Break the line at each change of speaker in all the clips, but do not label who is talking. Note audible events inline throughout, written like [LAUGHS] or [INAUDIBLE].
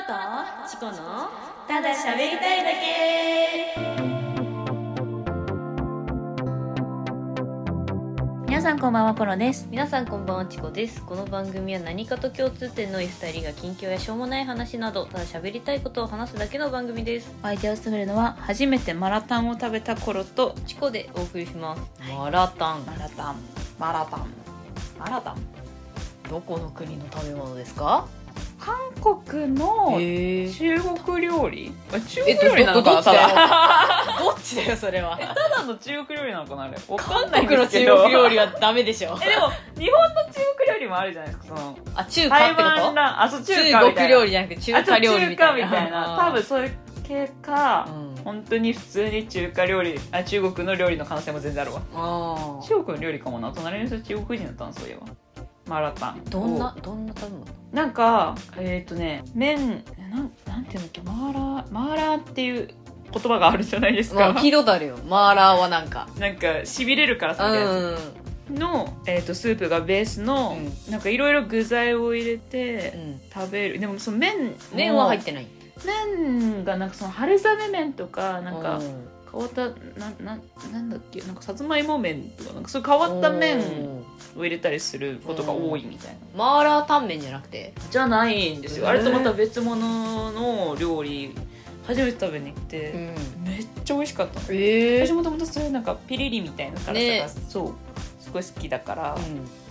とチコのただ喋りたいだけ皆さんこんばんはコロです
皆さんこんばんはチコですこの番組は何かと共通点のいい2人が近況やしょうもない話などただ喋りたいことを話すだけの番組です
お相手を務めるのは初めてマラタンを食べた頃と
チコでお送りします、マラタン
マラタンマラタンマラタン
どこの国の食べ物ですか
韓国の
へ
中国料理あ中
え
国
ど
料理なのか
どどっちだよ
な [LAUGHS] どっちだよそれはただの中国料理なのかなあれわかんないんですけど
韓国の中国料理はダメでしょ
えでも [LAUGHS] 日本の中国料理もあるじゃないですかその
あ中華
台
ってこ
湾
と
ラあそう中華
中
みた
国
いな
料理じゃなくて中華料理み
あそう
たい
中華
な
みたいな多分そういう系か、
うん
本当に普通に中華料理あ中国の料理の可能性も全然あるわ
あー
中国の料理かもな隣の人中国人だったのそういえばマラタン
どんなどんな食べ物
おなんかえっ、とね麺なんなんていうんだっけマーラーマーラーっていう言葉があるじゃないです
ま
か
あ聞いたことあるよマーラーはなんか
なんかしびれるから
う
さみたいなや
ん
つの、えー、とスープがベースの、
う
なんかいろいろ具材を入れて、
うん
食べるでもその麺
麺は入っててない
麺がなんかその春雨麺とかなんか
うん
変わったなななんだっけなんかさつまいも麺とかなんかそういう変わった麺を入れたりすることが多いみたいな
マーラータンメンじゃなくて
じゃないんですよ
へー
あれとまた別物の料理初めて食べに行って、めっちゃ美味しかったの
え
私もともとそういうなんかピリリみたいな辛さが、
ね
そうすごい好きだから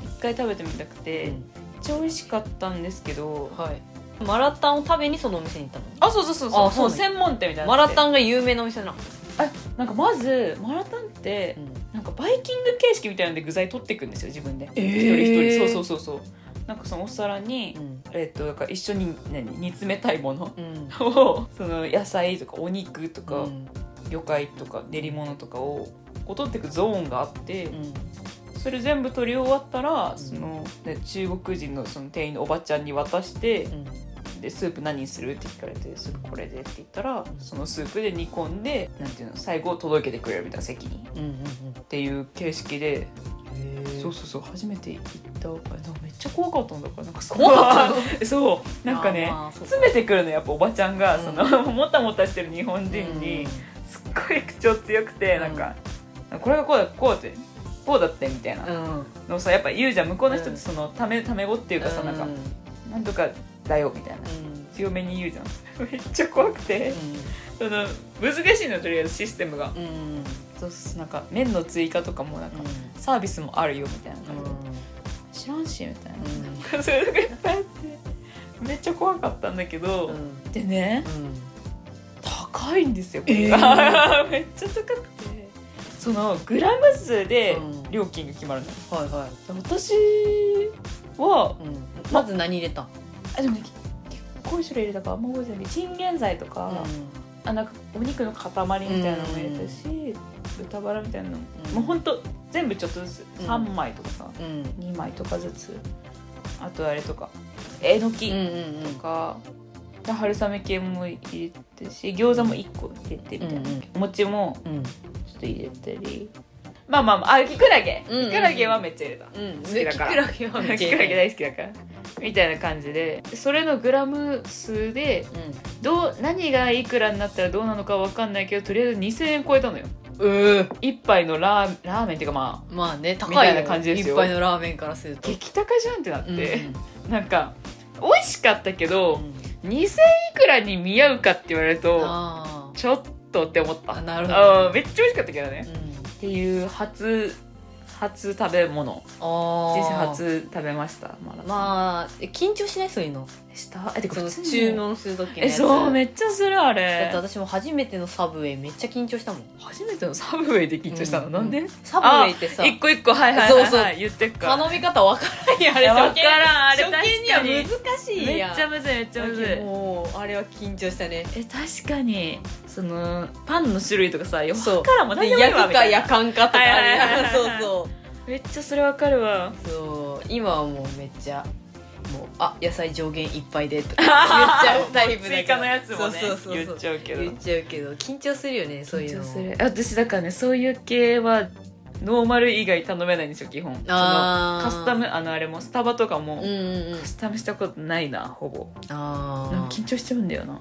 一回食べてみたくて、めっちゃ美味しかったんですけど
はいマラタンを食べにそのお店に行ったの
あそうそうそうそう
あそう
もう
なんや
専門店みたいな
マラタ
ン
ンが有名なお店なの
なんかまずマラタンってなんかバイキング形式みたいなので具材取っていくんですよ自分で、
えー
一人一人そうそうそうそうなんかそのお皿に、えっとなんか一緒に何煮詰めたいもの
うん
をその野菜とかお肉とか、
うん
魚介とか練り物とかをこう取っていくゾーンがあって、それ全部取り終わったら、
ん
そのね中国人のその店員のおばちゃんに渡して、でスープ何にするって聞かれてスープこれでって言ったらそのスープで煮込んでなんていうの最後届けてくれるみたいな席に
うんうんうん
っていう形式で、
うん
そうそうそう初めて行ったあなんかめっちゃ怖かったんだからなんか
怖かっ
そうなんかね、
あーまあそう
詰めてくるのやっぱおばちゃんが、
うん
そのもたもたしてる日本人に、すっごい口調強くて
うん
なんか、これがこうだこうだってこうだってみたいな
うん
のをさやっぱ言うじゃん向こうの人っ
う
て
ん
そのためため語っていうかさ、なんか
うん
なんとかだよみたいな強めに言うじゃん [LAUGHS] めっちゃ怖くてその難しいのとりあえずシステムが
うんうん
そうそうなんか麺の追加とかもなんか、サービスもあるよみたいな感じで、知らんしみたいな、 [LAUGHS] それとかいっぱいあってめっちゃ怖かったんだけど、
うんうん
でね
うん
高いんですよこれ
え
が、 [LAUGHS] めっちゃ高くてそのグラム数で
うん
料金が決まるの、
はいはい
私は
うんまず何入れた
あでもね結構種類入れたからあんま覚えてないけどチンゲン菜とか、あなんかお肉の塊みたいなのも入れたし、豚バラみたいなのも、
うん
もうほんと全部ちょっとずつ
うん
3枚とかさ、
うんうん
2枚とかずつあとあれとかえのき
うん
と
うんうん
か、で春雨系も入れてし餃子も1個入れてみたいな、
うんうん
お餅も
うん
ちょっと入れたりまあまあまああきくらげ
うんうん
きくらげはめっちゃ入れた、
うん
好きだから
きくらげはめっ
き
ちゃ
くら
入れ
げ大好きだからみたいな感じでそれのグラム数で
たうん
どう何がいくらになったらどうなのか分かんないけどとりあえず2000円超えたのよ
う
一杯のラーラーメンっていうかまあ
ーまあね高い
みたいな感じですよ
いっぱいのラーメンからすると
激高じゃんってなっ
うん
て、なんか美味しかったけ
う
ど
ん
2000いくらに見合うかって言われると
あ
ちょっとって思っ
ーあ
た
なるほど
あーめっちゃ美味しかったけどね
うん
っていう初初食べ物
あー
人生初食べましたマラあ
まあえ緊張しないそういうの
したえてか
そ
普
の
通に
注文する時の
え
やつ
そうめっちゃするあ
だっ
れ
て私も初めてのサブウェイめっちゃ緊張したもん
初めてのサブウェイで緊張したの、
うん
なんで、
うサブウェイってさ
一個一個はいはいはい、はい、
そうそう
言ってっから
頼み方わからんやんあれ
いやわ
初
か
見
らんあれ確か
初見には
に
難しい
め
やん
っちゃむずいめっちゃむずい
もうあれは緊張したね
え確かにそのパンの種類とかさよ
そう
わからんもん
で
何でもいい
焼
わ
く
み
か
たいな
焼かんかとかある
はいはい
やん
はいは
そう
い
そう
めっちゃそれわかるわ
そう今はもうめっちゃもうあ野菜上限いっぱいでとか言っちゃ [LAUGHS] うタイプだけど
追加のやつもね
そうそうそう
言っちゃうけど
言っちゃうけど緊張するよねそういうの
緊張する私だからねそういう系はノーマル以外頼めないんですよ基本その
あー
カスタムあのあれもスタバとかも、
うんうんうん
カスタムしたことないなほぼなん
あ
か
ー
緊張しちゃうんだよな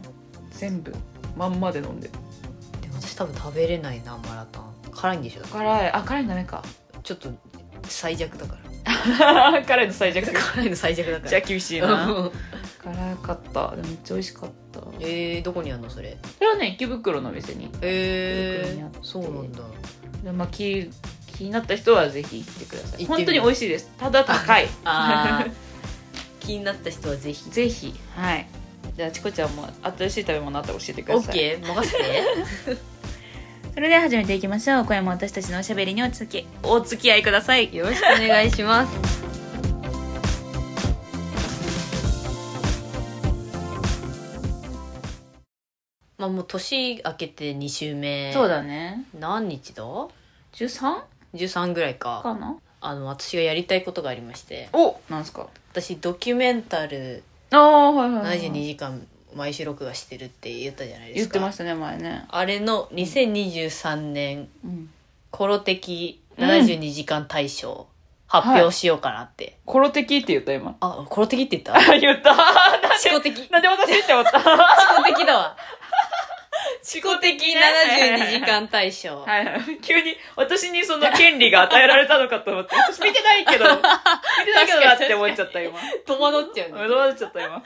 全部まんまで飲んでる
でも私多分食べれないなマラタン辛いんでしょ
辛いあ辛いのダメか
ちょっと最弱だから
[LAUGHS] 辛いの最弱
[LAUGHS] 辛いの最弱だから
じゃあ厳しいな
うん
辛かったでもめっちゃ美味しかったそ
えー、どこにあんのそれ
れはね池袋のお店に
え
どこにあっ
ー
て、
そうなんだ
でまあ気気になった人はぜひ行ってくだ
行
さ
ってみ
い
ます
本当に美味しいですただ高い
あー気になった人はぜひ
ぜひはいじゃあチコちゃんも新しい食べ物あったら教えてくだ
オ
さ
ッ
い
ケ
[LAUGHS]
ー任せて
それでは始めていきましょう今夜も私たちのおしゃべりにお付きお付き合いください
よろしくお願いします
[LAUGHS]
まあもう年明けて2週目
そうだね
何日だ
13?
13ぐらいか
かな
あの私がやりたいことがありまして
おなんすか
私ドキュメンタル
ああはいはい、はい、
72時間毎週録画してるって言ったじゃないで
言っ
すか
てましたね前ね、
あれの2023年
うん、
コロ的
うん
72時間大賞発表しようかなって、
コロ的って言った今 [LAUGHS]
あコロ的って言った
言った [LAUGHS] なんで
思考的
なんで私って思った [LAUGHS] は
思考的だわ。思考的72時間大賞。
いはい急に私にその権利が与えられたのかと [LAUGHS] 思って私見てないけど見てないけどなって思っちゃった今
戸惑っちゃうね。
どうなっちゃった今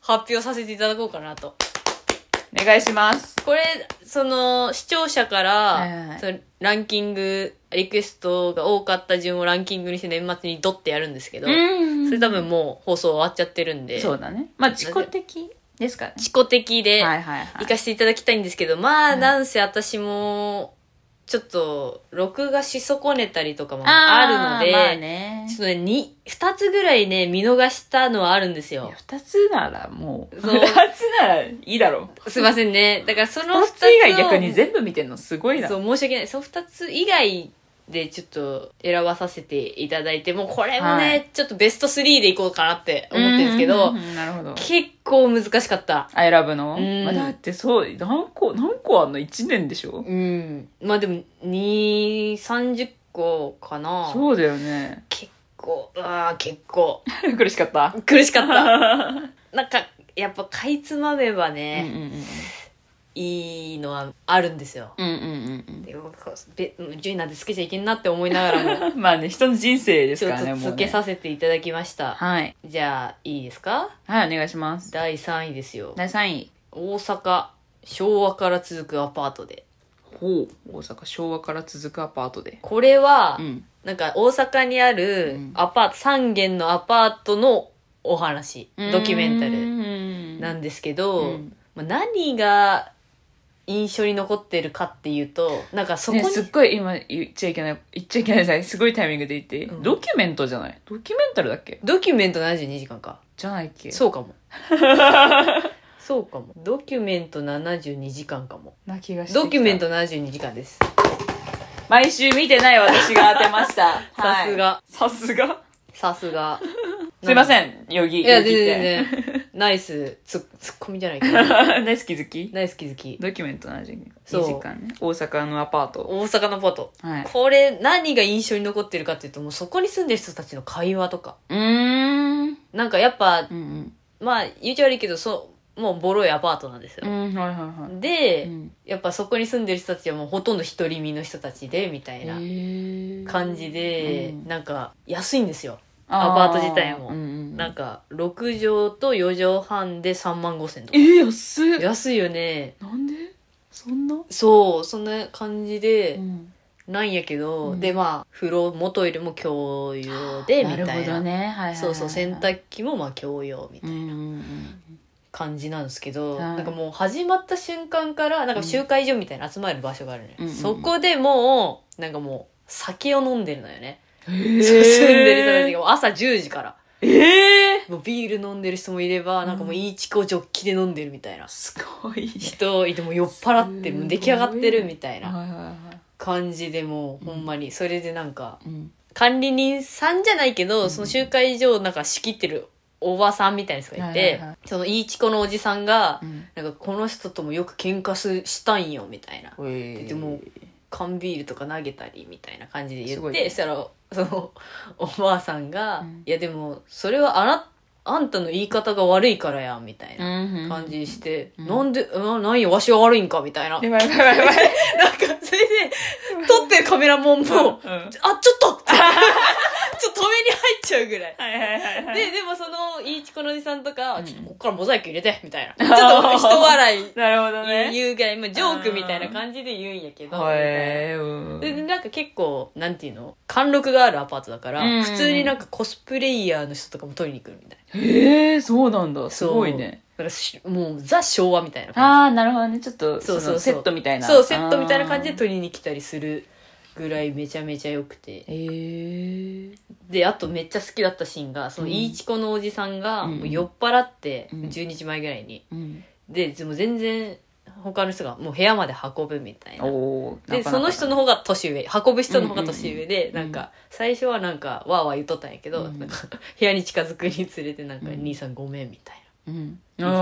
発表させていただこうかなと。
お願いします
これ、その、視聴者から、
はいはいはい
そのランキング、リクエストが多かった順をランキングにして年末にドッてやるんですけど、
ん
それ多分もう放送終わっちゃってるんで、
そうだねまあ自己的ですからね
自己的で、
はいはいは
行
い
かせていただきたいんですけど、まあ、
はい
なんせ私も、ちょっと、録画し損ねたりとかもあるので、
まあね
ちょっとね、に、二つぐらいね、見逃したのはあるんです
い
よ
や。二つならもう [LAUGHS] 二つ
そう
ならいいだろ
すいませんね。だからその
二
二
つ以外
を
逆に全部見てんのすごいな
そう、申し訳ない。その二つ以外でちょっと選ばさせていただいて、もうこれもね、
はい
ちょっとベスト3でいこうかなって思ってるんですけど、
ううんうんうんなるほど
結構難しかった。
あ選ぶの、
うん
まあだってそう何個何個あんの1年でしょ、
うん。まあでも、二、三十個かな。
そうだよね
結構、ああ、結構、
苦しかった
[LAUGHS] 苦しかっ
[LAUGHS]
た。 [LAUGHS]
うん
なんか、やっぱ、かいつまめば
うん
ね、いいのはあるんですよ。
うんうんうんうん
でもこうべ順位なんてつけちゃいけんなって思いながらも
うんまあね人の人生です
ちょ
か
っ
らね
と
もう
つけ
ね
させていただきました、
はい
じゃあいいですか
はいお願いします
第3位ですよ
第3位
大阪昭和から続くアパートで
ほう大阪昭和から続くアパートで
これは、
うん
なんか大阪にあ
う
る
ん
アパート3軒のアパートのお話ドキュメンタル
ル
なん
で
ですけど、
うん
まあ何が印象に残ってるかっていうとなんかそこに、
ね、すっごい今言っちゃいけない言っちゃいけないじゃないすごいタイミングで言って、
うん
ドキュメントじゃないドキュメンタルだっけ
ドキュメント72時間か
じゃないっけ
そうか [LAUGHS] も。そうかも。ドキュメント72時間かも。
な気がしてきた
ドキュメント72時間です。
毎週見てない私が当てました [LAUGHS]
さすが。
さすが
さすが。
[LAUGHS] すいま
ん。
せんよぎ
いや、
よぎって
全然全然。ナイスツッ、ツッコミじゃないけど。
[LAUGHS] 大好き好き
ナイス気づき。
ドキュメントの味に
そう
2時間ね大阪のアパート
大阪のポート。
はい
これ、何が印象に残ってるかっていうと、もうそこに住んでる人たちの会話とか。
うーん
なんかやっぱ
う、ん
まあ、言うちゃ悪いけど、そう、もうボロいアパートなんです
う
よ。
んうんはいはいは
で、
いうん
やっぱそこに住んでる人たちはもうほとんど独り身の人たちで、みたいな。
へー
感じで、
うん
なんか安いんですよ、
あ
アパート自体も
うんうん
なんか6畳と4畳半で3万5千と
え
か
ー、安っ
安いよね
なんでそんな
そうそんな感じで
ん
なんやけど、
うん
でまあ風呂もトイレも共用でみたいな
るほどねはいはいはいはい
そうそう洗濯機もまあ共用みた
う
い
んう
なん
[LAUGHS]
感じなんですけど、
はい
なんかもう始まった瞬間からなんか集会所みたいな集まる場所があるのよ、
うんうんうん
そこでもうなんかもう酒を飲んでるのよね、
うんへー
住んでる人たちがもう朝10時から
ええ
もうビール飲んでる人もいれば、
うん
なんかもういいチコジョッキで飲んでるみたいな
すごいね
人いてもう酔っ払って
すごい
もう
ね
出来上がってるみたいな
はいはいはい
感じでもうほんまにそれでなんか
うん
管理人さんじゃないけど、
うん
その集会所をなんか仕切ってるおばさんみたいな人がいて、
はいはいはい
そのいいチコのおじさんが
う、ん
なんかこの人ともよく喧嘩すしたんよみたいな。
え
でも缶ビールとか投げたりみたいな感じで言
すご
っ
い
て
ね
そしたらそのおばあさんが「
うん
いやでもそれはあらあんたの言い方が悪いからや」みたいな感
感
じして「
うん
なんでな何よわしが悪いんか」みたいななん
や
か
ばいやばいやばいやばい
それで撮ってる [LAUGHS] カメラマンも
うんう
「あ
ん
ちょっと!」ってちょっと止めに入っちゃうぐらい。
はいはいはいは
で、
い
でもその、いいちこのおじさんとか、
うん
ちょっとこっからモザイク入れて、みた
[LAUGHS]
いな。ちょっと人笑い
なるほ
言
ど
う
ね
言うぐらい、まあ、ジョークみたいな感じで言うんやけど、みたい
へえう
な
ん
でなんか結構なんていうの貫禄があるアパートだから、
うん
普通になんかコスプレイヤーの人とかも取りに来るみたいな
へえそうなんだす
そう
ごいね
だからしもうザ昭和みたいな感
ああなるほどねちょっと
そうそうそう
のセットみたい
じ
な
そうセットみたいな感じで
り
取りに来たりするぐらいめちゃめちゃ良くて
え
であとめっちゃ好きだったシーンがその
うん
いいちこのおじさんが
うん
もう酔っ払って
うん
10日前ぐらいに、
うん
ででも全然他の人がもう部屋まで運ぶみたいな
おー
で
なかなか
その人の方が年上運ぶ人の方が年上で、
うんうんうん
なんか最初はなんかわーわー言っとったんやけど、
うん
なんか [LAUGHS] 部屋に近づくにつれてなんか「
うん
兄さんごめん」みたい
うん
言って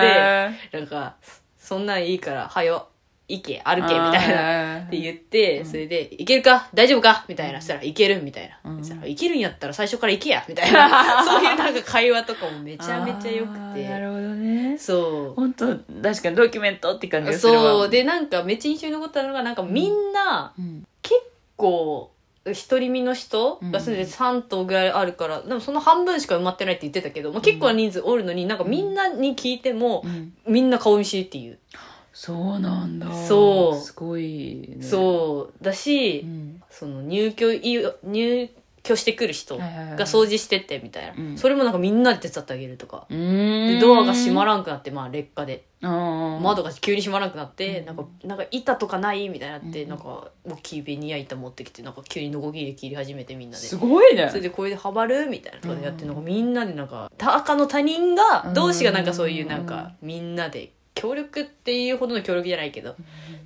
ななんか「そんなんいいからはよ行け歩け」みたいな。
な
って言って、
うん
それで、いけるか大丈夫かみたいな。
うん
したら、いけるみたいな。
うん
そしたら、いけるんやったら最初から行けやみたい
[LAUGHS]
な。そういうなんか会話とかもめちゃめちゃ良く
な
て。
るほどね
そう。
本当確かにドキュメントって感じがするわ
そう。で、なんかめっちゃ印象に残ったのが、なんかみんな、
うん
結構独り身の人が住んで
うん
て3棟ぐらいあるから、でもその半分しか埋まってないって言ってたけど、まあ、結構な人数おるのになんかみんなに聞いても、
うん
みんな顔見知りっていう、
そうなんだ
そう
すごいね
そうだし、
うん
その入居い入居してくる人
は
が
いはいはい
掃除してってみたいな、
うん
それもなんかみんなで手伝ってあげるとか。
うー
で
ん
ドアが閉まらんくなって、まあ、劣化で
窓
窓が急に閉まらなくなって、
うん
なんかなんか板とかないみたいになって、
うん
なんか大きいベニヤ板持ってきてなんか急にノコギリで切り始めてみんなです
ごいね
それでこれでハマるみたいなとかでやってるのが
う
みんなでなんか赤の他人が
うん
同士がなんかそういうなんかみんなで協力っていうほどの協力じゃないけど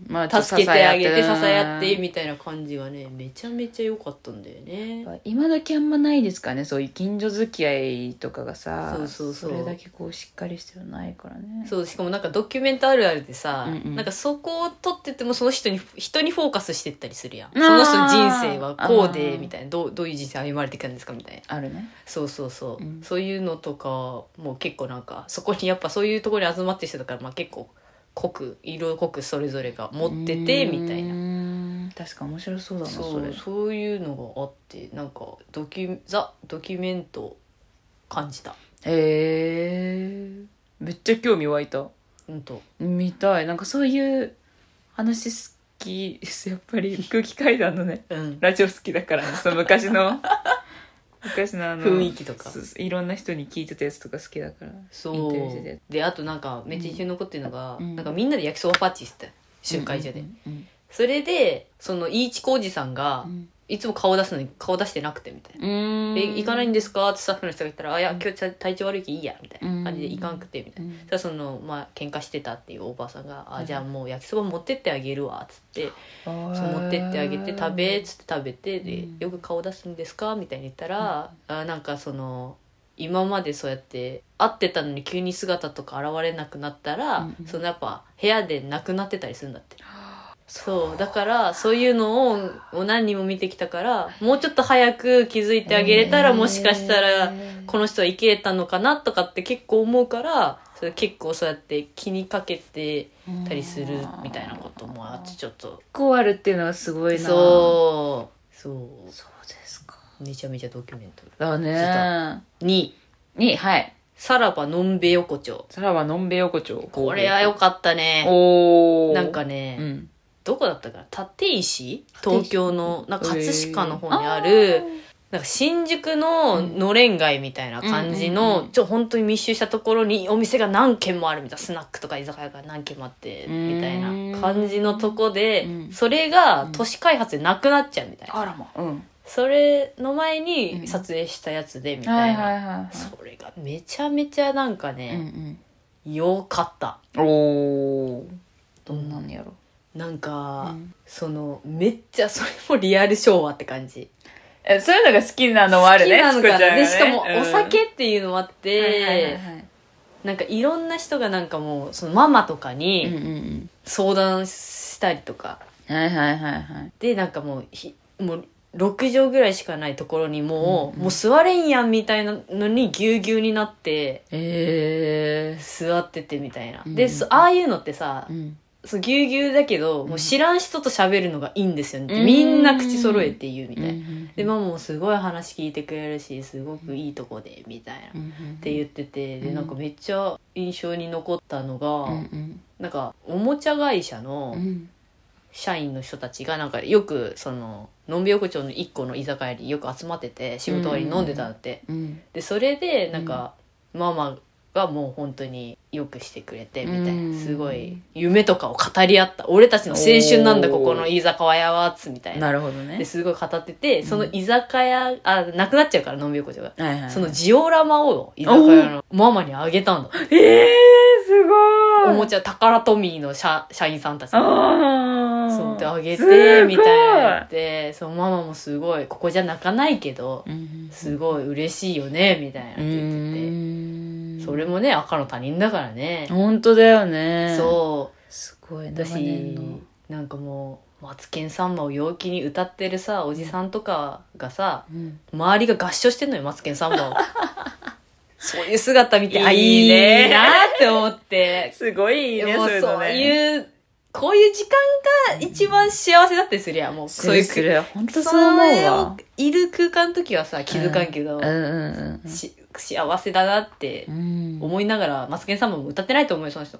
まあ
助けてあげて支
支
え合って
み
みたいな感じがねめちゃめちゃ良かったんだよね
今時あんまないですからねそういう近所付き合いとかがさ
そうそうそう
れだけこうしっかりしてるのないからね
そうしかもなんかドキュメントあるあるでさ、
うんうん
なんかそこを撮っててもその人に人にフォーカスしてったりするやん
あ
そ
ー
の人の人生はこうで
あー
みたいなどうどういう人生歩まれていくんですかみたいな
あるね
そうそうそう、
うん
そういうのとかもう結構なんかそこにやっぱそういうところに集まってる人だから、まあ、結構濃く色濃くそれぞれが持っててみたいうな
ーん確か面白そうだなそ
そ
れ
うそういうのがあってなんかドキュザドキュメントを感じた
へえめっちゃ興味湧いた
うんと
見たいなんかそういう話好きですやっぱり空気階段のね [LAUGHS]
うん
ラジオ好きだからねその昔
[LAUGHS]
の昔のあの
雰囲気とか
すいろんな人に聞いてたやつとか好きだからイ
そ
ン
う
タビューしてたやつ
であとなんかめっちゃ印象に残ってるのが、
うん
なんかみんなで焼きそばパーティーしてたよ集会所で、
うんうん
それでそのいいちこおじさんが、
うん
いつも顔出すのに顔出してなくてみたいな
うん
で行かないんですかってスタッフの人が言ったら「あいや今日ちゃ体調悪いきいいや」みたいな感じで
うん
行かんくてみた
う
いな。
ん
そしたらそのまあ喧嘩してたっていうおばあさんが「
う
あ
ん
じゃあもう焼きそば持ってってあげるわ」っつって
そ
「
う
そう持ってってあげて食べ」っつって食べてで
うん
「よく顔出すんですか?」みたいに言ったら「あなんかその今までそうやって会ってたのに急に姿とか現れなくなったら、
うんうん
そのやっぱ部屋でなくなってたりするんだって。そうだからそういうのをを何人も見てきたからもうちょっと早く気づいてあげれたら、もしかしたらこの人は生きれたのかなとかって結構思うからそれ結構そうやって気にかけて
の
たりするみたいなこともあってちょっと
こうあるっていうのはすごいな
そうそう
そうですか
うめちゃめちゃドキュメント
だね
2
にはい
さらばのんべ横丁
さらばのんべ横丁
これは良かったね
おお
なんかね、
ねうん
どこだったかな立石東京のなんか葛飾の方にある、なんか新宿ののれん街みたいな感じ
うんうんうんう
の
ん
ちょ本当に密集したところにお店が何軒もあるみたいなスナックとか居酒屋が何軒もあって
うん
みたいな感じのとこで
うん
それが
うん
都市開発でなくなっちゃうみたいな
あらまうん
それの前
う
に
ん
撮影したやつでみ
は
た
い
い
はい
な
はいはい
それがめちゃめちゃなんかね
ん
良かった
うんおおどんなのやろ
なんか
うん
そのめっちゃそれもリアル昭和って感じ
えそういうのが好きなのはあるね
好きなのか
チコちゃ
な
んが
で
ね
しかも
うん
お酒っていうのもあっ
はいはいは
て
いはい
なんかいろんな人がなんかもうそのママとか
うん
に
うんうん
相談したりとか
はいはいはいはい
でなんかもうひもう6畳ぐらいしかないところにもう,、
うんうん
もう座れんやんみたいなのにぎゅうぎゅうになって
え
座っててみたいな、
うん
でそああいうのってさ
ー、うん
そうぎゅうぎゅうだけど、もう知らん人と喋るのがいいんですよね、みんな口揃えて言うみたいな、でママもすごい話聞いてくれるしすごくいいとこでみたいな、
う
っ
んうん
て言っててで
うん
なんかめっちゃ印象に残ったのが、
うん
なんかおもちゃ会社
う
の、
んうん
社員の人たちがなんかよくそののんび横丁の一個の居酒屋によく集まってて仕事終わりに飲んでたんだって、
うん
でそれでなんか、ママがもう本当によくしてくれてみたいな、
うん
すごい夢とかを語り合った俺たちの青春なんだ
おー
ここの居酒屋はっつみたいな
なるほど
で
ね
すごい語っててその居酒屋、あなくなっちゃうからのんび横丁が、
はいはいはい
そのジオラマを居酒屋のママにあげたんだって
えーすごい
おもちゃ宝トミーの社社員さんたちに
あ
そうってあげ
すご
てみたいなってそうママもすごいここじゃ泣かないけど
うん
すごい嬉しいよねみたいなって言って
うん
てそれもね赤の他人だからね
本当だよねう
そ
すごいう長年
私
の
なんかもう「マツケンサンバ」を陽気に歌ってるさおじさんとかがさ
うん
周りが合唱してんのよマツケンサン
[LAUGHS]
バをそういう姿見てあ
いいね
いいなって思って
すごいいいね
もう
そういうの
そう
ね
いうこういう時間が一番幸せだったりするやんもう
そ
そうう
い
いうう
する本当そう
そ
思う
れ
わ
をいる空間の時はさ気づかんけど、
うんうんうん
し幸せだなって
うん
思いながらマツケンサンバも歌ってないと思うよその
[LAUGHS]
人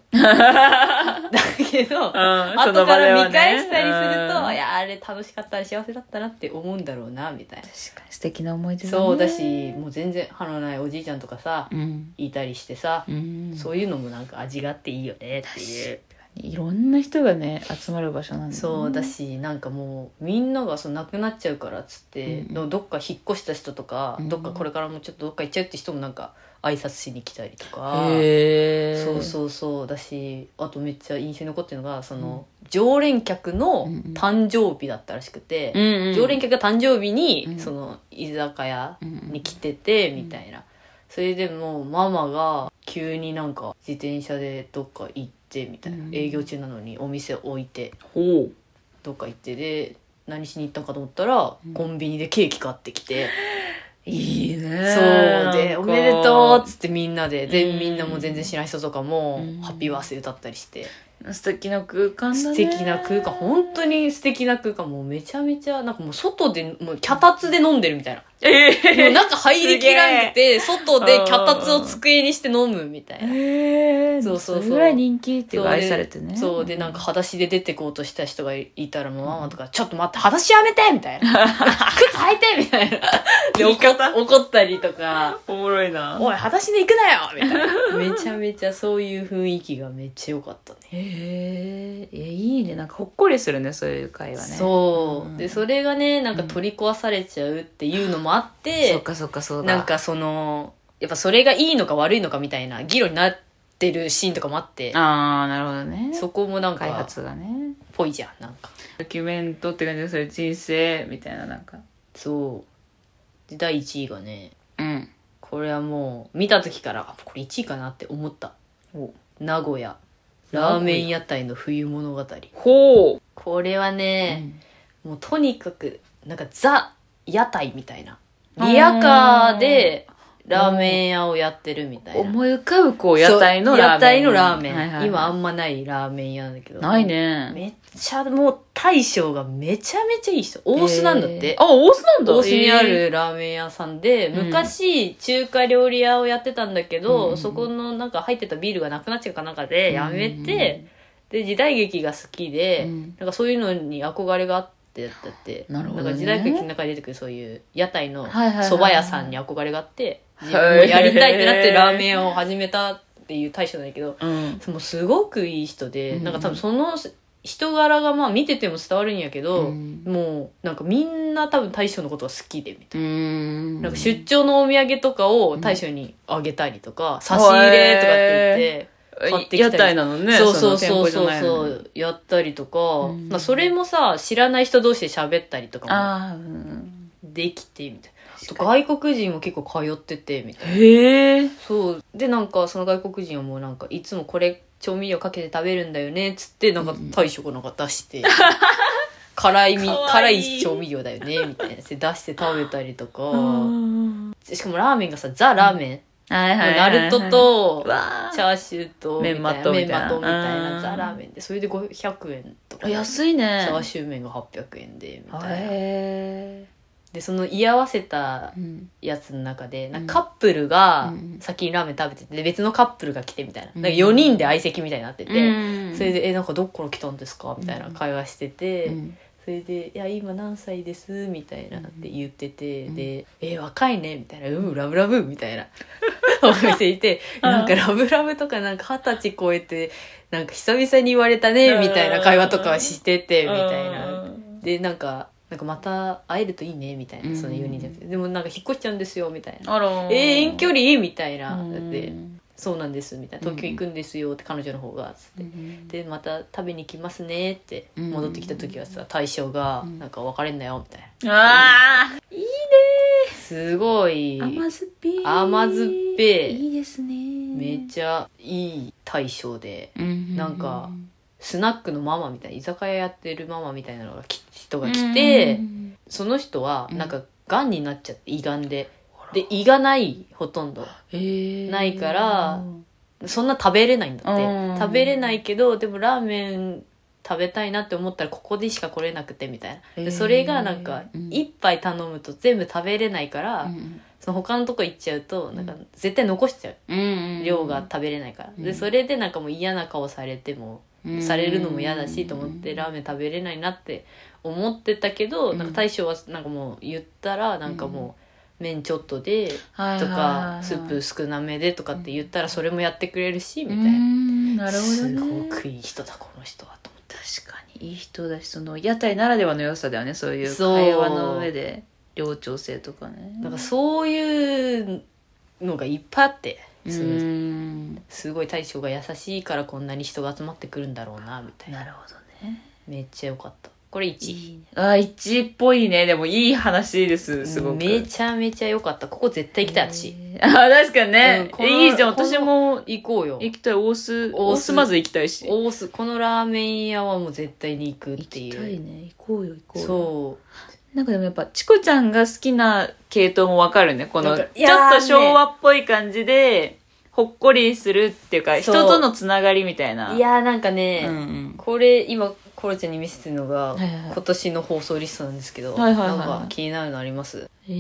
だけど
うんその
後
場
か
ではね
ら見返したりすると、
うん
いやあれ楽しかったら幸せだったなって思うんだろうなみたいな
確かに素敵な思い出ね
そうだしもう全然歯のないおじいちゃんとかさ
うん
いたりしてさ、
うん
そういうのもなんか味があっていいよねっていう
いろんな人がね集まる場所なんだね
そうだしなんかもうみんながその亡くなっちゃうからっつって、
うん
どどっか引っ越した人とか、
うん
どっかこれからもちょっとどっか行っちゃうって人もなんか挨拶しに来たりとか、
へえ
そうそうそうだしあとめっちゃ印象に残ってるのがその、常連客の
うんうん
誕生日だったらしくて、
うんうん
常連客が誕生日に、
うん
その居酒屋に
に
来てて
ん
みたいな、それでもうママが急になんか自転車でどっか行ってみたいな、
うん
営業中なのにお店置いて
ほう
どっか行ってで何しに行ったんかと思ったら、
うん
コンビニでケーキ買ってきて、
いいね
そうで「おめでとう」っつってみんなでで、
うん
みんなも全然知らない人とかも
うん
「ハッピーバースデー」歌ったりして、
う素敵な空間だ
素
ね
敵な空間 [LAUGHS] 本当に素敵な空間もうめちゃめちゃなんかもう外でもうキャタツで飲んでるみたいな、
ええ
もう中入りきらんくて外でキャタツを机にして飲むみたいな。
えー、
そうそうそう
れぐらい人気っていうか
そうで
愛されてね
そうでなんか裸足で出てこうとした人がいたらもうママとか「ちょっと待って裸足やめて!」みたいな [LAUGHS] 「靴履いて!」みたいなで
言い
怒っ
方
怒ったりとか
おもろ
「
いな
おい裸足で行くなよ!」みたいなめちゃめちゃそういう雰囲気がめっちゃ良かったね
へえいやいいねなんかほっこりするねそういう会話ね
そう、
ん
でそれがねなんか取り壊されちゃうっていうのもあっ、
そってかそっかそうだ
なんかそのやっぱそれがいいのか悪いのかみたいな議論になってるシーンとかもあって
ああなるほどね
そこもなん
開
か
発がね
ぽいじゃんなんか
ドキュメントって感じでそれ人生みたいななんか
そうで第1位がね
うん
これはもう見た時からあこれ1位かなって思った
お
名古屋
名古屋
ラーメン屋台の冬物語
ほう、
これは
う
ね、
ん
もうとにかくなんかザ屋台みたいなリアカーでラーメン屋をやってるみたいな
思い浮かぶこ
そ
う
う
屋台のラーメン
屋台のラーメン、
はいはい
今あんまないラーメン屋なんだけど
ないね
めっちゃもう大将がめちゃめちゃいい人大須なんだって
えー、あ大須なんだ
大須にあ
えー
るラーメン屋さんで、
うん
昔中華料理屋をやってたんだけ
うんう
ど、
んうん
そこのなんか入ってたビールがなくなっちゃうかなんかでやめて、で時代劇が好きで、
うん
なんかそういうのに憧れがあってやったって
なるほどね
んか時代劇の中に出てくるそういう屋台の
はいはいはいはい
蕎麦屋さんに憧れがあって自分もやりたいってなってラーメン屋を始めたっていう大将なんだけど
うん
もうすごくいい人で、
うん
なんか多分その人柄がまあ見てても伝わるんやけ
う
ど、
ん
もうなんかみんな多分大将のことが好きでみたい
うん
な,、なんか出張のお土産とかを大将にあげたりとか、差し入れとかって買ってきたり
屋台なの
言
ね
って、そうそう
の店
そう
舗じゃ
そう
ないの
そう、やったりとか、
うん
まあ、それもさ知らない人同士で喋ったりとかも
ああうん
できてみたいなあと外国人も結構通っててみたいな。
へえ
そうでなんかその外国人はもうなんかいつもこれ調味料かけて食べるんだよねっつってなんか大将がなんか出して、辛いみ
かわいい
辛い調味料だよねみたいなやつで出して食べたりとかしかもラーメンがさザラーメン、
はいはい
ナルトと
わ
チャーシューと
メンマと
みたいなメンマと
み
み
たいな
たいな
うん
ザラーメンでそれで500円とか
あ安いね
チャーシュー麺が800円でみたいな
へ
でその居合わせた
ーうん
やつの中でなんかカップルが
うん
先にラーメン食べててで別のカップルが来てみたいな
うん
なんか4人で相席みたいになってて、
うん
それで「えなんかどっから来たんですか?」みたいな会話してて、
うん
それで「いや今何歳です」みたいなって言ってて、
うん
で「え若いね」みたいな「うんラブラブ」みたいな [LAUGHS] お店いて「なんかラブラブ」とかなんか二十歳超えてなんか久々に言われたねみたいな会話とかはしててみたいな。でなんかなんかまた会えるといいねみたいなその4人じゃなくて、でもなんか引っ越しちゃうんですよみたいな
あら
「えー、遠距
離
離?」みたいな、
だ
だ
っ
ってて「そうなんです」みたいな「東京行くんですよ」って彼女の方がつって、でまた食べに来ますねって
うん
戻ってきた時はさ大将が「
うん
なんか別れんなよ」みたいな
あー
すごい
甘酸っぱい
甘酸っぱい
いいですね
めちゃいい大将でなんかスナックのママみたいな居酒屋やってるママみたいなのがき人が来て、その人は
うん
なんかがんになっちゃって胃がんで。で胃がないほとんどないからそんな食べれないんだ
う
っ
ん
て食べれないけどでもラーメン食べたいなって思ったらここでしか来れなくてみたいな
へー
でそれがなんか
うん
一杯頼むと全部食べれないから、その他のとこ行っちゃうとなんか絶対残しちゃう量が食べれないから、
うん
でそれでなんかもう嫌な顔されても、されるのも嫌だしと思ってラーメン食べれないなって思ってたけど、
うん
なんか大将はなんかもう言ったらなんかもう麺ちょっとで
メ
とかスープ少なめでとかって言ったらそれもやってくれるしみ
み
た
た
い
い
な。
ななるほど
す
ね
ごくいい人だこの人はと思っ
確かにいい人だしその屋台ならではの良さだよねそういう
そう
会話の上で寮調整とかね
てなんかそういうのがいっぱいあって
う
その
ん
すごい大将が優しいからこんなに人が集まってくるんだろうなみたいな
なるほどね
めっちゃ良かったこれ
い
1
いねあ一っぽいねでもいい話ですすごく
めちゃめちゃ良かったここ絶対行きたい私
えー [LAUGHS] あ確かに
うん
ね、
この
いいじゃん私も
行こうよ
行きたい大
大
須
須
大須まず行きたいし
大須このラーメン屋はもう絶対に行くっ
行
てい
き
う
たいね行こうよ行こうよ
そ
なんかでもやっぱチコちゃんが好きな系統もわかるねこの
な
ち
ん
ょ
か
っ
いやーね
と昭和っぽい感じでほっこりするっていうか
そ
人
う
とのつながりみたいな
ういやーなんか
うん
ね、
うん
これ今コロちゃんに見せてるのが、
はいはいはい
今年の放送リストなんですけど、
はいはいはいはい
なんか気になるのあります
え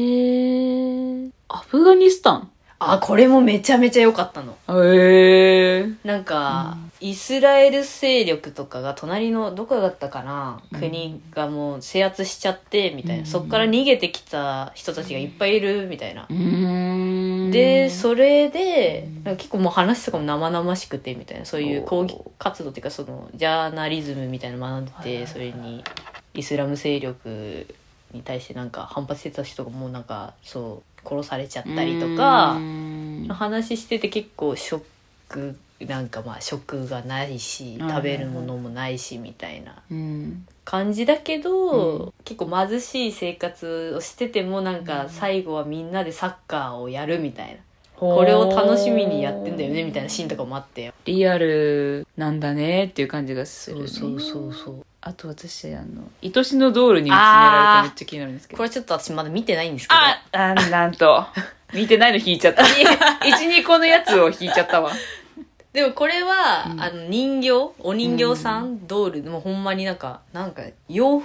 ー、アフガニスタン
あこれもめちゃめちゃ良かったの
えー、
なんか、イスラエル勢力とかが隣のどこだったかな、
うん
国がもう制圧しちゃってみたいな、
うん
そっから逃げてきた人たちがいっぱいいるみたいな、
うん
でそれで
うん
なんか結構もう話とかも生々しくてみたいなそういう抗議活動っていうかそのジャーナリズムみたいなの学んで
はいはい
て
はい
それにイスラム勢力に対してなんか反発してた人がもうなんかそう殺されちゃったりとか。
うん
話してて結構ショックなんかまあ食がないし
うん
食べるものもないしみたいな
うん
感じだけど、
う
結構貧しい生活をしててもなん
う
か
ん
最後はみんなでサッカーをやるみたいな、これを楽しみにやってんだよねみたいなシーンとかもあって
リアルなんだねっていう感じがする、ね、
そうそう
あと私あの愛しの道路に見つめられてめっちゃ気になるんですけど
これちょっと私まだ見てないんですけど
ああなんと。見てないの引いちゃった。一、二個のやつを引いちゃったわ。
でもこれは、
うん
あの人形お人形さん、ドールもうほんまになんかなんか洋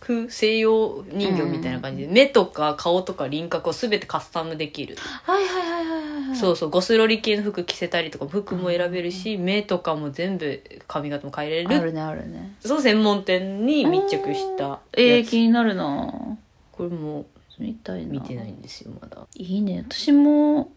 服西洋人形みたいな感じで、目とか顔とか輪郭を全てカスタムできる、
はいはいはいはいは
そうそうゴスロリ系の服着せたりとか服も選べるし、目とかも全部髪型も変え
あ
れる
るねあるね。
そう専門店に密着したやつ
えー、気になるな
これも
見たいな
見てないんですよまだ
いいね。私も、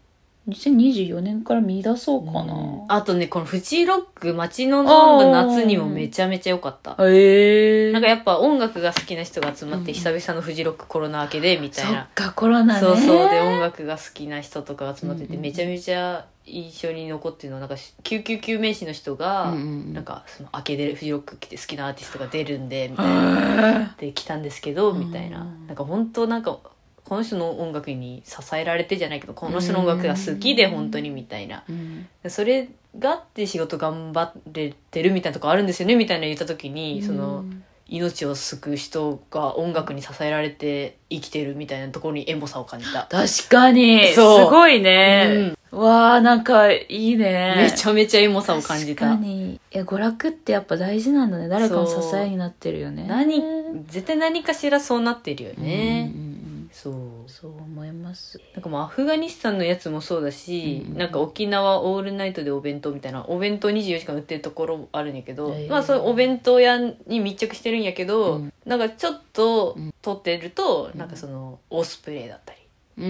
2024年から見出そうかな。
あとねこの「フジロック街のゾーン」が夏にもめちゃめちゃ良かった
えー。
なんかやっぱ音楽が好きな人が集まって
うん
久々のフジロックコロナ明けでみたい
そっ
な、
か、コロナね。
そうそうで音楽が好きな人とかが集まって
うん
て
うん
めちゃめちゃ印象に残ってるのはなんかし救急救命士の人が、
うんうん
なんかその明けでフジロック来て好きなアーティストが出るんでみたいな
あ
で来たんですけどみたいな、
うん
なんか本当なんかこの人の音楽に支えられてじゃないけどこの人の音楽が好きで
うん
本当にみたいな
ーうん
でそれがあって仕事頑張れてるみたいなとこあるんですよねみたいなの言った時に、その。命を救う人が音楽に支えられて生きてるみたいなところにエモさを感じた。
確かに。す
そう
ごいね。わあ、なんかいいね。
めちゃめちゃエモさを感じた
確か。に。いや、娯楽ってやっぱ大事なんだね。誰かの支えになってるよね。
何、絶対何かしらそうなってるよね。
うんうんうん
そう。
そう思います。
なんかもうアフガニスタンのやつもそうだし、
うん
なんか沖縄オールナイトでお弁当みたいなお弁当24時間売ってるところもあるんやけど、
へえ
まあそのお弁当屋に密着してるんやけど、
うん
なんかちょっと
うん
撮ってると、
うん
なんかそのオスプレイだったり、
うー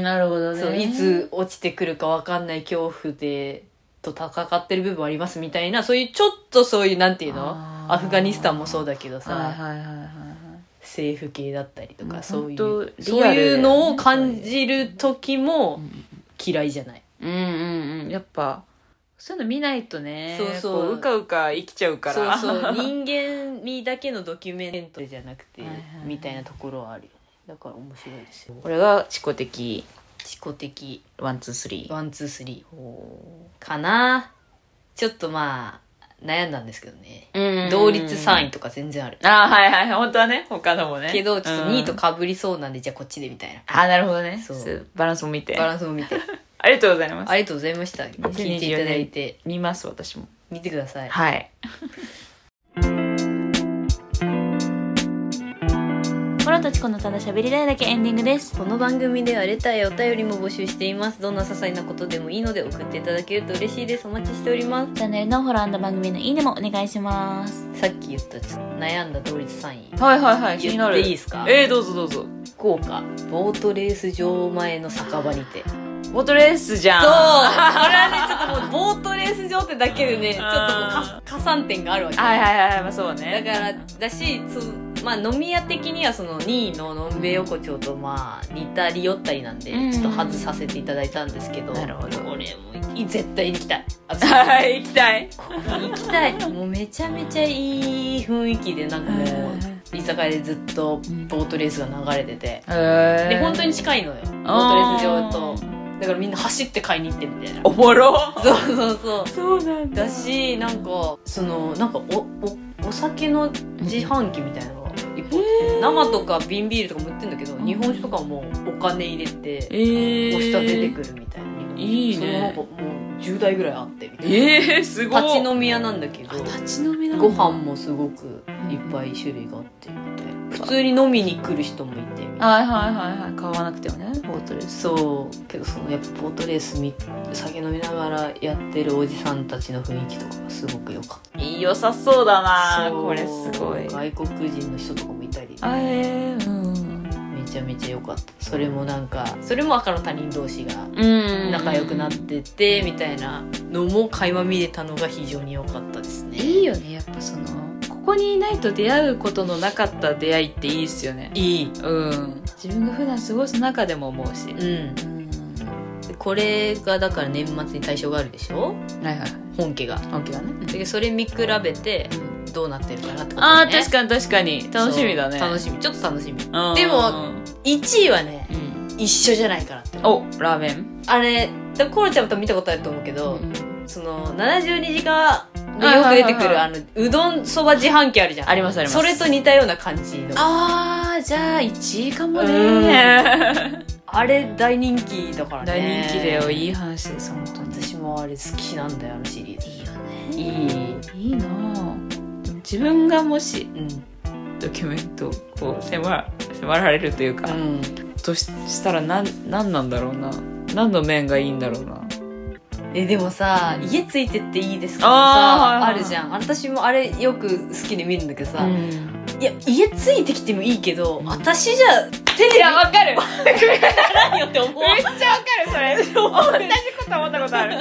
ん、なるほどね。
そういつ落ちてくるかわかんない恐怖でと戦ってる部分ありますみたいなそういうちょっとそういうなんていうの
あー
アフガニスタンもそうだけどさ、
はいはいはいはいはい。
政府系だったりと
も
か
う
そうい
ほん
う
と
そう
リアルだよね
いうのを感じる時も
ん
嫌いじゃない。
うんうんうん。やっぱ、そういうの見ないとね。
そうそう
こううかうか生きちゃうから
そう [LAUGHS] そ
[LAUGHS]
う人間味だけのドキュメントじゃなくて、
はいはいはい
みたいなところはあるよねだから面白いですよ
これが自己的
自己的
ワンツースリー
ワンツースリーかなちょっとまあ悩んだんですけどね同率3位とか全然ある
ああはいはい本当はね他のもね
けどちょっと
うん
2位とかぶりそうなんでじゃあこっちでみたいな
ああなるほどね
そう
そうバランスも見て
バランスを見 [LAUGHS] て
ありがとうございます
ありがとうございました聞いていただいて
見ます私も
見てください
[LAUGHS]
はい
コロとチコのただ喋りたいだけエンディングです。
この番組ではレターやお便りも募集していますどんな些細なことでもいいので送っていただけると嬉しいですお待ちしております
チャンネルのフォロー番組のいいねもお願いします。
さっき言ったちょっと悩んだ同率3位
はいはいはい気に
言
な
っ
る
ていいですか
えー、どうぞどうぞ
福岡ボートレース場前の酒場にてそう
ボートレースじゃん
これはねちょっともうボートレース場ってだけでねちょっともう
あ
か加算点があるわけ
はいはいはいまあそうね
だからだしそう、まあ、飲み屋的にはその2位ののんべえ横丁とまあ似たり寄ったりなんで
うん
ちょっと外させていただいたんですけど、
なるほど
これもい絶対に行きたいあそう
[LAUGHS] はい行きたい
行きたいもうめちゃめちゃいい雰囲気でなんかもう居酒屋でずっとボートレースが流れてて
え
で本当に近いのよボートレース場とだからみんな走って買いに行ってみたいな
おもろ
[LAUGHS] そうそうそう
そうなん
だしなんかそのなんかおおお酒の自販機みたいなのがいっぱい売ってて生とか瓶ビールとかも売ってんだけど日本酒とかもお金入れ
え
て
ー、
押したら出てくるみたいな、
いいね
そのなんかもう10台ぐらいあってみたいな、
えー、すごい
立ち飲み屋なんだけど
立ち飲みなの
ご飯もすごくいっぱい種類があってみたいな普通に飲みに来る人もいてみたいな
はいはいはいはい買わなくてもねボートレース
そうけどそのやっぱボートレースみ酒飲みながらやってるおじさんたちの雰囲気とかがすごく良かった
良さそうだな
そう
これすごい
外国人の人とかもいたり
あえー、うん
めちゃめちゃ良かったそれもなんかそれも赤の他人同士が
うん
仲良くなっててみたいなのも垣間見れたのが非常に良かったですね
いいよね、やっぱその。
ここにいないと出会うことのなかった出会いっていいですよね
いい
うん自分が普段過ごす中でも思うし
うんで
うん。
これがだから年末に対象があるでしょ
はいはい
本家が
本気だね
でそれ見比べてどうなってるかなってことね
あー確かに確かに楽しみだね
そう楽しみちょっと楽しみ
うん
でも1位はね
うん
一緒じゃないかなって
おラーメン
あれだからコロちゃんも多分見たことあると思うけど、その72時間で
はい
よく
はい
出
はいは
て
い
くるあのうどんそば自販機あるじゃん
ありますあります
それと似たような感じのあ
あー、じゃあ1位かも
うん
ね。
れ大人気だからね
大人気だよいい話です本当に
私もあれ好きなんだよあのシリーズ
いいよね。
いい、
いいなぁでも自分がもし
うん
ドキュメントをこう迫迫られるというか、
うん、
とししたら何何なんだろうな何の面がいいんだろうな
えでもさ「家ついてっていいですか?」
あー
さ
はいはい
あるじゃん私もあれよく好きで見るんだけどさ、
ん、
いや家ついてきてもいいけど私じゃ手で
いやわかる
ないよって思 [LAUGHS] う
[LAUGHS] めっちゃわかるそれ同じこと思ったことある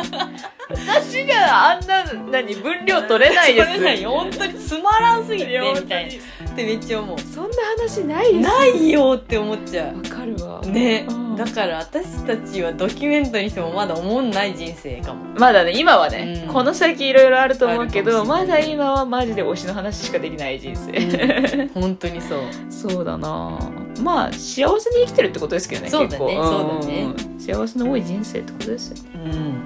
私じゃあんな何分量 [LAUGHS] 取れないです
取れないよ本当につまらんすぎ
い
て
や本当
み
に
たいなってめっちゃ思う
そんな話ないです
ないよって思っちゃ
わ
う
かるわ
ね
うん
だから私たちはドキュメントにしてもまだ思んない人生か
[LAUGHS]
も
まだね今はね、
うん
この先いろいろあると思うけど
あるかも
ま
しれな
だ
い
今はマジで推しの話しかできない人生、
本当にそう
[LAUGHS] そうだなぁまあ幸せに生きてるってことですけどね
そうだね
結構
そうだね
んんん幸せの多い人生ってことですよ
うん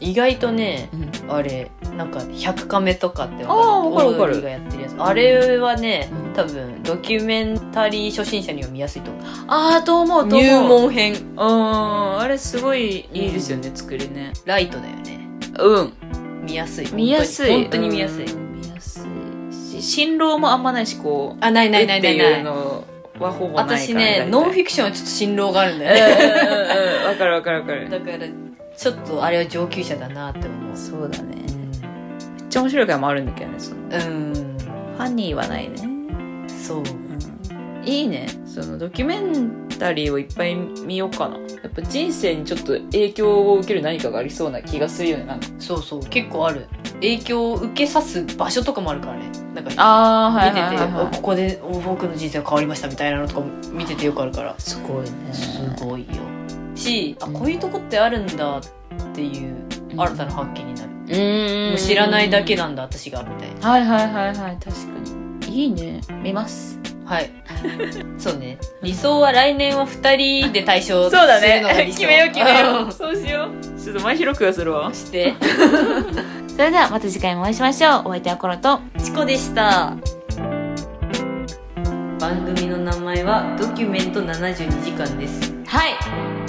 意外とね
うん
あれなんか「100カメ」とかってわ
あーわかるわかる
オードリーがやってるやつあれはね
う
多
ん
分ドキュメンタリー初心者には見やすいと思う
ああと思うと思う
入門編
うんあれすごいいいですよね、作りね
ライトだよね
うん
見やすい
見やすい
本当に本当に見やすい、
うん見やすいし辛労もあんまないしこう
あないないないない
っ
な
ていう
い
のはほぼないから
私ね
大体
ノンフィクションはちょっと辛労があるん
うんう
だよね
んうんうんわかるわかるわか
[LAUGHS]
る
だからちょっとあれは上級者だなって思う
そうだね
めっちゃ面白い回もあるんだけどねその
うん
ファニーはないね、
そう
うんいいねそのドキュメンタリーをいっぱい見ようかなやっぱ人生にちょっと影響を受ける何かがありそうな気がするよねなんか
そうそう結構ある影響を受けさす場所とかもあるからねなんか
あ
見てて、お
て
ここでお僕の人生が変わりましたみたいなのとか見ててよくあるから
すごいね
すごいよしあこういうとこってあるんだっていう新たな発見になる、
てうん
もう知らないだけなんだ私がみたいな
はいはいはいはい確かに
いいね見ます
はい
[LAUGHS]
そうね理想は来年は2人で対象
そう
するの
だ
が
ね
理想
[LAUGHS] 決めよう決めようそうしようちょっと前広くはするわ
うして
それではまた次回もお会いしましょうお相手はコロと
チコでした番組の名前は「ドキュメント72時間」です
はい